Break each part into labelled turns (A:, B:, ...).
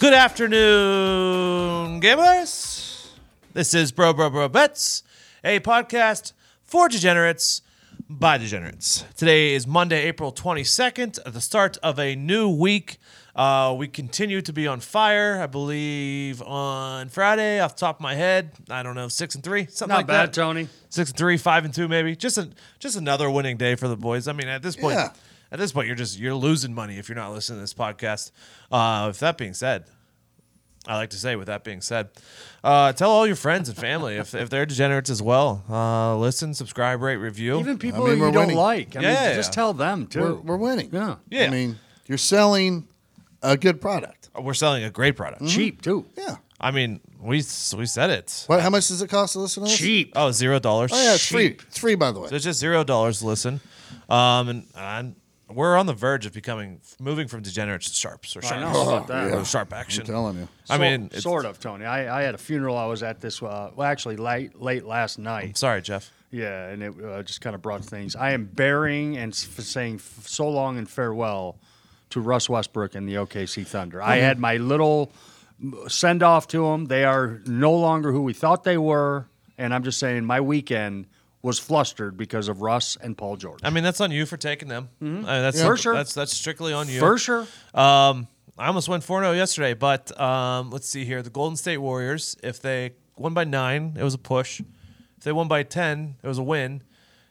A: Good afternoon, gamblers. This is Bro Bro Bro Bets, a podcast for degenerates by degenerates. Today is Monday, April 22nd, at the start of a new week. Uh, we continue to be on fire, I believe, on Friday, off the top of my head. I don't know, six and three, something
B: Not
A: like
B: bad,
A: that.
B: Tony.
A: Six and three, five and two, maybe. Just a, just another winning day for the boys. I mean, at this point,
C: Yeah.
A: at this point, you're just you're losing money if you're not listening to this podcast. Uh, with that being said, I like to say, with that being said, uh, tell all your friends and family if, if they're degenerates as well. Uh, listen, subscribe, rate, review.
B: Even people
C: mean,
B: you
C: we're
B: don't
C: winning.
B: like. I
A: Yeah.
B: mean, just tell them too.
C: We're, we're winning.
B: Yeah.
A: Yeah.
C: I mean, you're selling a good product.
A: We're selling a great product.
B: cheap too.
C: Yeah.
A: I mean, we s- we said it.
C: What? How much does it cost to listen to this?
B: Cheap.
A: Oh, zero dollars.
C: Oh yeah, it's free. It's free, by the way.
A: So it's just zero dollars to listen. Um, and, and we're on the verge of becoming moving from degenerates to sharps or
B: I
A: sharps.
B: know about that.
A: or sharp action.
C: I'm telling you.
A: I mean,
B: Sor-
A: it's-
B: sort of, Tony. I, I had a funeral I was at this, uh, well, actually late late last night.
A: Sorry, Jeff.
B: Yeah, and it uh, just kind of brought things. I am burying and s- f- saying f- so long and farewell to Russ Westbrook and the OKC Thunder. I had my little send off to them. They are no longer who we thought they were, and I'm just saying my weekend was flustered because of Russ and Paul George.
A: I mean, that's on you for taking them. I mean, that's
B: Mm-hmm. For sure.
A: That's that's strictly on you.
B: For sure.
A: Um, I almost went 4 0 yesterday, but um, let's see here. The Golden State Warriors, if they won by nine, it was a push. If they won by 10, it was a win.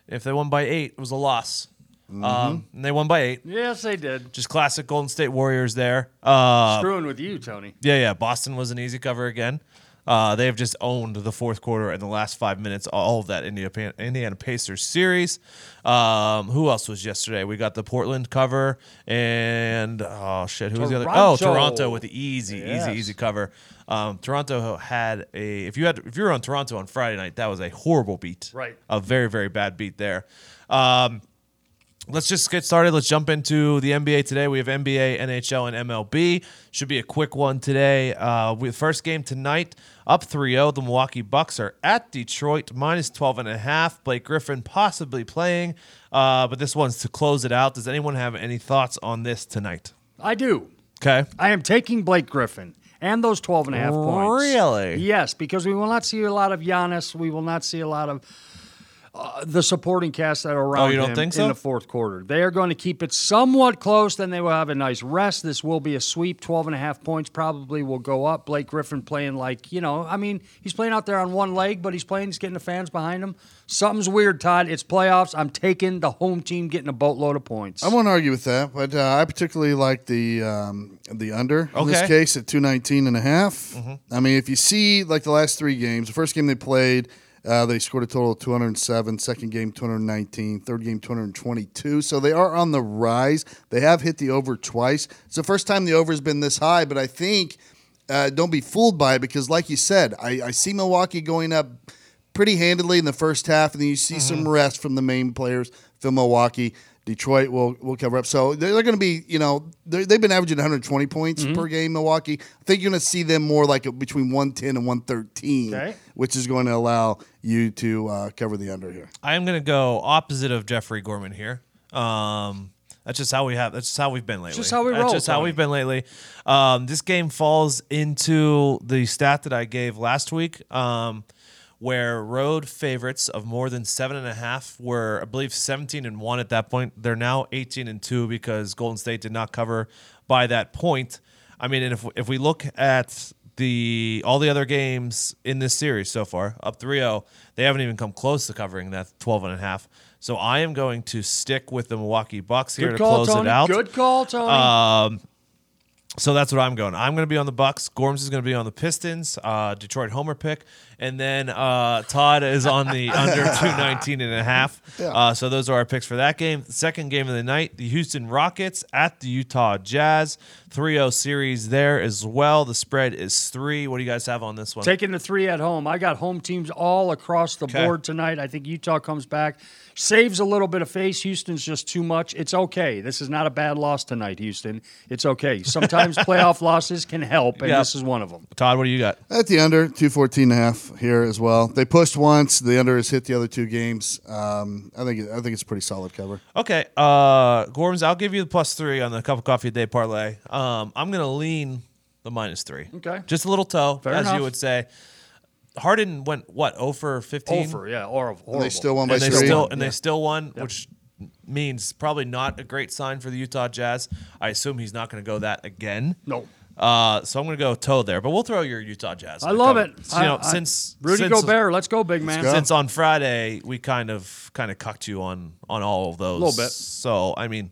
A: If they won by eight, it was a loss. Um, and they won by eight.
B: Yes, they did.
A: Just classic Golden State Warriors there. Uh,
B: Screwing with you, Tony.
A: yeah, yeah. Boston was an easy cover again. Uh, they have just owned the fourth quarter and the last five minutes, all of that India, Pan- Indiana Pacers series. Um, who else was yesterday? We got the Portland cover and oh shit, who was the other? Oh,
B: Toronto.
A: Toronto with the easy,
B: Yes.
A: easy, easy cover. Um, Toronto had a if you had if you were on Toronto on Friday night, that was a horrible beat,
B: Right.
A: A very very bad beat there. Um, Let's just get started. Let's jump into the NBA today. We have NBA, NHL, and MLB. Should be a quick one today. Uh, we, first game tonight, up 3 0. The Milwaukee Bucks are at Detroit, minus 12 and a half. Blake Griffin possibly playing, uh, but this one's to close it out. Does anyone have any thoughts on this tonight?
B: I do.
A: Okay.
B: I am taking Blake Griffin and those 12 and a half points.
A: Really?
B: Yes, because we will not see a lot of Giannis. We will not see a lot of uh, the supporting cast that are around
A: Oh, you don't
B: him
A: think so?
B: in the fourth quarter. They are going to keep it somewhat close. Then they will have a nice rest. This will be a sweep. 12 and a half points probably will go up. Blake Griffin playing like, you know, I mean, he's playing out there on one leg, but he's playing. He's getting the fans behind him. Something's weird, Todd. It's playoffs. I'm taking the home team getting a boatload of points.
C: I won't argue with that, but uh, I particularly like the um, the under in
A: Okay.
C: this case at 219 and a half. I mean, if you see like the last three games, the first game they played, uh, they scored a total of 207, second game 219, third game 222. So they are on the rise. They have hit the over twice. It's the first time the over's been this high, but I think uh, don't be fooled by it because, like you said, I, I see Milwaukee going up pretty handily in the first half, and then you see
A: Mm-hmm.
C: some rest from the main players from Milwaukee. Detroit will will cover up. So they're, they're going to be, you know, they're- they've been averaging 120 points
A: Mm-hmm.
C: per game. Milwaukee. I think you're going to see them more like between 110 and 113,
B: Okay.
C: which is going to allow you to uh, cover the under here.
A: I am going to go opposite of Jeffrey Gorman here. Um, that's just how we have. That's just how we've been lately.
B: just how we
A: that's
B: roll,
A: Just how
B: Tony.
A: we've been lately. Um, this game falls into the stat that I gave last week, um, where road favorites of more than seven and a half were, I believe, seventeen and one at that point. They're now eighteen and two because Golden State did not cover by that point. I mean, and if if we look at the all the other games in this series so far, up 3-0, they haven't even come close to covering that 12 and a half. So I am going to stick with the Milwaukee Bucks here to
B: Good call,
A: close it
B: Tony.
A: out.
B: Good call, Tony.
A: So that's what I'm going. I'm going to be on the Bucks. Gorms is going to be on the Pistons. Uh, Detroit Homer pick, and then uh, Todd is on the under 219 and a half. Uh, so those are our picks for that game. The second game of the night: the Houston Rockets at the Utah Jazz. 3-0 series there as well. The spread is three. What do you guys have on this one?
B: Taking the three at home. I got home teams all across the
A: Okay.
B: board tonight. I think Utah comes back, saves a little bit of face. Houston's just too much. It's okay. This is not a bad loss tonight, Houston. It's okay. Sometimes playoff losses can help, and
A: Yeah.
B: this is one of them.
A: Todd, what do you got?
C: At the under, 214 and a half here as well. They pushed once. The under has hit the other two games. Um, I think I think it's a pretty solid cover.
A: Okay, uh, Gorms, I'll give you the plus three on the cup of coffee a day parlay. Um, I'm gonna lean the minus three.
B: Okay.
A: Just a little toe,
B: Fair
A: as
B: enough.
A: you would say. Horden went what zero for fifteen.
B: Over, yeah, or horrible.
C: And they still won by
A: and they
C: three.
A: still and they still won, which means probably not a great sign for the Utah Jazz. I assume he's not going to go that again.
B: No.
A: Uh, so I'm going to go toe there, but we'll throw your Utah Jazz. in
B: I
A: the
B: love
A: cover.
B: it.
A: So, you know,
B: I- I-
A: since
B: Rudy
A: since,
B: Gobert, let's go, big man.
C: go.
A: since on Friday we kind of kind of cucked you on on all of those
B: Little bit.
A: So I mean,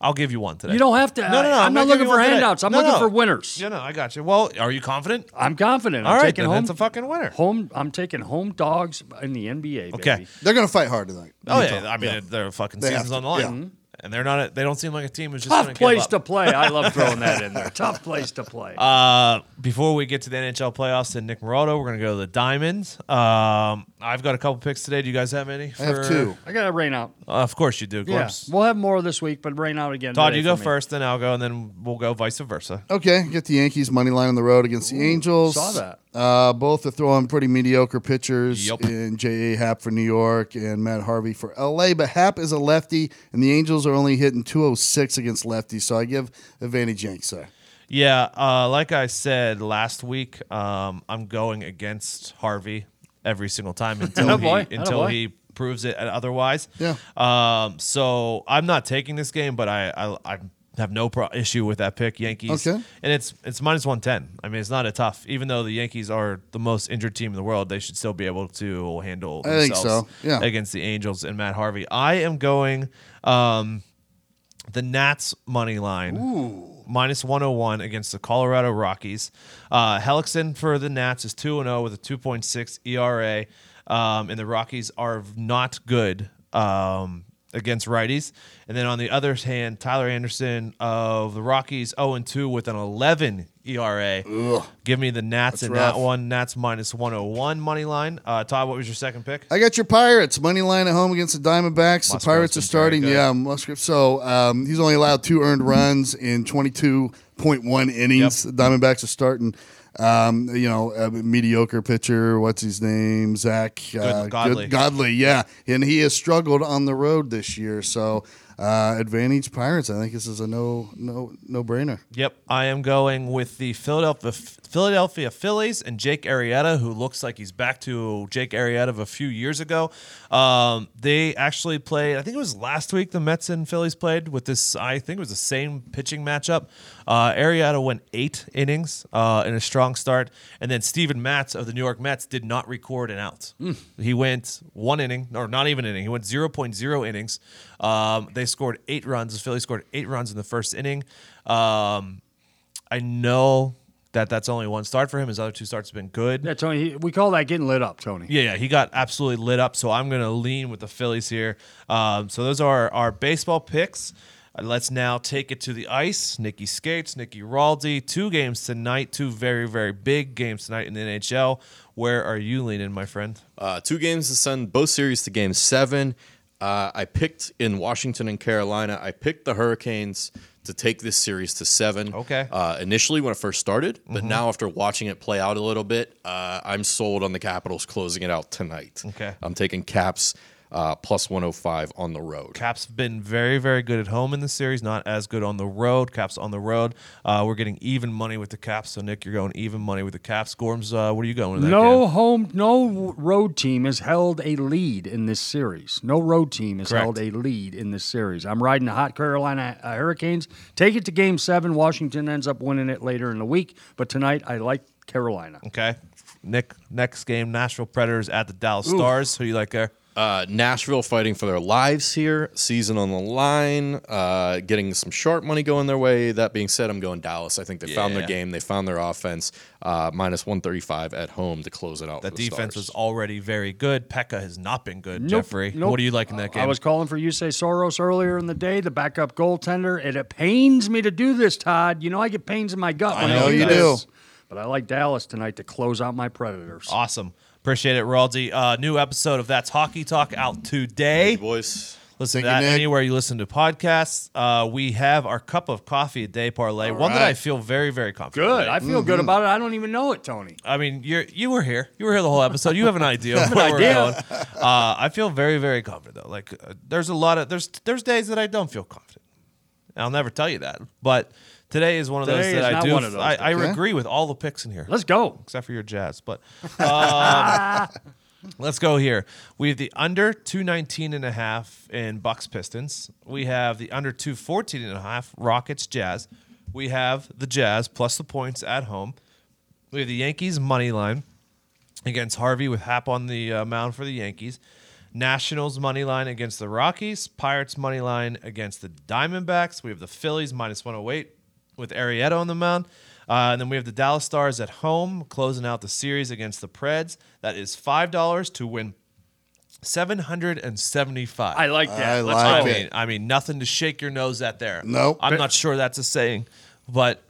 A: I'll give you one today.
B: You don't have to-
A: No, no, no.
B: I'm not
A: giving
B: looking
A: you
B: for
A: one today.
B: handouts. I'm
A: No,
B: looking
A: no.
B: for winners.
A: Yeah, no, I got you. Well, are you confident?
B: I'm confident. I'm
A: All right,
B: taking
A: then
B: home
A: it's a fucking winner.
B: home. I'm taking home dogs in the NBA.
A: Okay.
B: baby.
C: They're going to fight hard tonight.
A: Oh
C: Utah.
A: yeah, I mean their fucking
C: They have
A: season's
C: to,
A: on the line,
C: yeah.
A: and they're not. A, they don't seem like a team who's just
B: Mm-hmm. Tough
A: gonna give
B: place
A: up.
B: to play. I love throwing that in there. Tough place to play.
A: Uh, before we get to the NHL playoffs and Nick Morado, we're gonna go to the Diamonds. Um, I've got a couple picks today. Do you guys have any?
C: I have
A: for-
C: two.
B: I got to rain out.
A: Uh, of course you do.
B: Yeah,
A: Glimps.
B: we'll have more this week, but rain out again.
A: Todd,
B: today
A: you go
B: for me.
A: first, then I'll go, and then we'll go vice versa.
C: Okay, get the Yankees money line on the road against the Angels.
B: saw that.
C: Uh, both are throwing pretty mediocre pitchers
A: Yup.
C: in J.A. Happ for New York and Matt Harvey for L.A., but Happ is a lefty, and the Angels are only hitting 206 against lefties, so I give advantage Yanks there.
A: Yeah, uh, like I said last week, um, I'm going against Harvey every single time
C: Oh,
A: until he
B: Attaboy,
A: until
B: attaboy.
A: he proves it otherwise.
C: Yeah.
A: Um, so I'm not taking this game, but I I, I have no pro- issue with that pick, Yankees.
C: Okay.
A: And it's it's minus one ten. I mean, it's not a tough. Even though the Yankees are the most injured team in the world, they should still be able to handle
C: I think
A: themselves
C: so, yeah.
A: against the Angels and Matt Harvey. I am going. Um, the Nats money line. Minus 101 against the Colorado Rockies. Uh, Hellickson for the Nats is 2 0 with a 2.6 ERA. E Um, and the Rockies are not good um, against righties. And then on the other hand, Tyler Anderson of the Rockies 0 2 with an 11 ERA. Give me the Nats in
C: rough.
A: that one. Nats minus 101 money line. Uh, Todd, what was your second pick?
C: I got your Pirates money line at home against the Diamondbacks. the
A: Musgrove's
C: Pirates are
A: been very
C: starting,
A: good.
C: yeah, Musgrove. So um, he's only allowed two earned runs in 22.1 innings. The Diamondbacks are starting, um, you know, a mediocre pitcher. What's his name? Zach uh,
A: Godley.
C: Godley, yeah, and he has struggled on the road this year. So uh, advantage Pirates. I think this is a no, no, no brainer.
A: Yep, I am going with the Philadelphia Philadelphia Phillies and Jake Arrieta, who looks like he's back to Jake Arrieta of a few years ago. Um, they actually played, I think it was last week. The Mets and Phillies played with this. I think it was the same pitching matchup. Uh, Arrieta went eight innings uh, in a strong start, and then Steven Matz of the New York Mets did not record an out. He went one inning, or not even inning. He went 0.0 innings. Um, they scored eight runs. The Phillies scored eight runs in the first inning. Um, I know that that's only one start for him. His other two starts have been good.
B: Yeah, Tony. he- We call that getting lit up, Tony.
A: Yeah, yeah, he got absolutely lit up. So I'm going to lean with the Phillies here. Um, so those are our, our baseball picks. Uh, let's now take it to the ice. Nikki Skates, Nikki Raldi, two games tonight, two very, very big games tonight in the NHL. Where are you leaning, my friend?
D: Uh, two games to send both series to game seven. Uh, I picked in Washington and Carolina, I picked the Hurricanes to take this series to seven.
A: Okay. Mm-hmm.
D: Uh, initially when it first started, but now after watching it play out a little bit, uh, I'm sold on the Capitals closing it out tonight.
A: Okay.
D: I'm taking Caps uh, plus 105 on the road.
A: Caps have been very, very good at home in the series, not as good on the road. Caps on the road. Uh, we're getting even money with the Caps. So, Nick, you're going even money with the Caps. Gorms, uh, what are you going with that
B: No
A: game?
B: home, no road team has held a lead in this series. No road team has
A: Correct.
B: held a lead in this series. I'm riding the hot Carolina uh, Hurricanes. Take it to Game Seven. Washington ends up winning it later in the week, but tonight I like Carolina.
A: Okay. Nick, next game, Nashville Predators at the Dallas Stars. Who you like there?
D: Uh, Nashville fighting for their lives here, season on the line, uh, getting some sharp money going their way. That being said, I'm going Dallas. I think they found
A: Yeah.
D: their game, they found their offense, uh, minus 135 at home to close it out.
A: That
D: for the
A: defense
D: Stars.
A: was already very good. Pekka has not been good.
B: Nope,
A: Jeffrey,
B: nope.
A: what do you like in that game?
B: I was calling for Yusei Soros earlier in the day, the backup goaltender, and it pains me to do this, Todd. You know I get pains in my gut when I,
A: know
B: do
A: you
B: this. But I like Dallas tonight to close out my Predators.
A: awesome. Appreciate it, Raldi. Uh, new episode of That's Hockey Talk out today.
D: Hey, boys.
A: Listen
C: Thank
A: to
C: you,
A: that
C: Nick.
A: anywhere you listen to podcasts. Uh, we have our cup of coffee a day parlay, one that
C: right.
A: I feel very, very comfortable.
B: Good.
A: with.
B: I feel good about it. I don't even know it, Tony.
A: I mean, you you were here. You were here the whole episode. You have an idea of where
B: idea.
A: we're going. Uh, I feel very, very confident though. Like, uh, there's a lot of there's there's days that I don't feel confident. And I'll never tell you that, but Today is one of
B: Today
A: those
B: is
A: that I
B: not
A: do.
B: one of those
A: I, I
C: days.
A: agree with all the picks in here,
B: Let's go.
A: except for your Jazz. But um, let's go here. We have the under 219 and a half in Bucks Pistons. We have the under 214 and a half Rockets Jazz. We have the Jazz plus the points at home. We have the Yankees money line against Harvey with Hap on the uh, mound for the Yankees. Nationals money line against the Rockies. Pirates money line against the Diamondbacks. We have the Phillies minus 108 with Arietta on the mound. Uh, and then we have the Dallas Stars at home closing out the series against the Preds. That is $5 to win 775.
B: I like that.
C: I
B: Let's
C: like
B: go.
C: it.
A: mean, I mean, nothing to shake your nose at there.
C: No.
A: I'm not sure that's a saying, but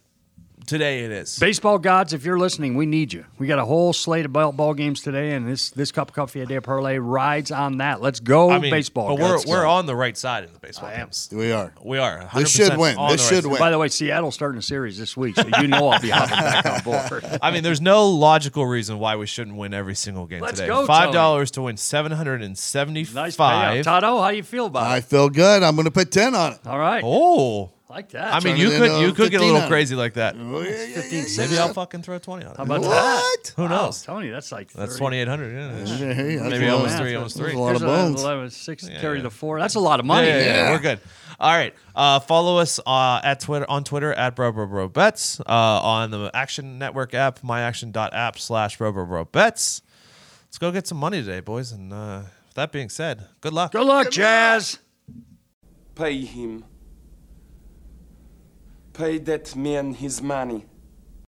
A: today it is.
B: Baseball gods, if you're listening, we need you. We got a whole slate of ball, ball games today, and this this cup of coffee a day parlay rides on that. Let's go,
A: I mean,
B: baseball.
A: But we're,
B: gods.
A: we're on the right side of the baseball
B: I am.
A: games.
C: We are.
A: We are.
C: They
A: 100%
C: should win.
A: on
C: They
A: the
C: should
A: right
C: win.
B: By the way, Seattle's starting a series this week, so you know I'll be hopping back on board.
A: side. I mean, there's no logical reason why we shouldn't win every single game
B: Let's
A: today.
B: go,
A: Five dollars to win seven hundred and
B: Nice
A: seventy-five.
B: payout. Toto, how you feel about
C: I
B: it?
C: feel good. I'm going to put 10 on it.
B: All right.
A: oh,
B: Like that.
A: I mean,
C: Turn
A: you
C: it
A: could
C: into
A: you could get a little
C: 15.
A: crazy like that.
C: Oh, yeah, yeah, yeah,
B: 15
C: yeah,
A: Maybe
C: yeah.
A: I'll fucking throw twenty on it.
B: how about
C: What?
B: that?
A: Who
B: Wow,
A: knows?
B: Tony, that's like
A: That's
B: 30.
A: twenty eight hundred. Yeah.
C: Hey, hey, that's
A: Maybe
C: a lot.
A: almost three, almost
C: That's
A: three.
C: A lot of
B: There's
C: bones.
B: 11, six,
A: Yeah,
B: carry
A: yeah.
B: the four. That's a lot of money.
A: Yeah, yeah, yeah,
C: Yeah.
A: we're good. All right. Uh, follow us uh, at Twitter on Twitter at bro bro bro bets uh, on the Action Network app, myaction.app slash bro bro bro bets. Let's go get some money today, boys. And uh, with that being said, good luck.
B: Good luck, Jazz.
E: Pay him. Pay that man his money.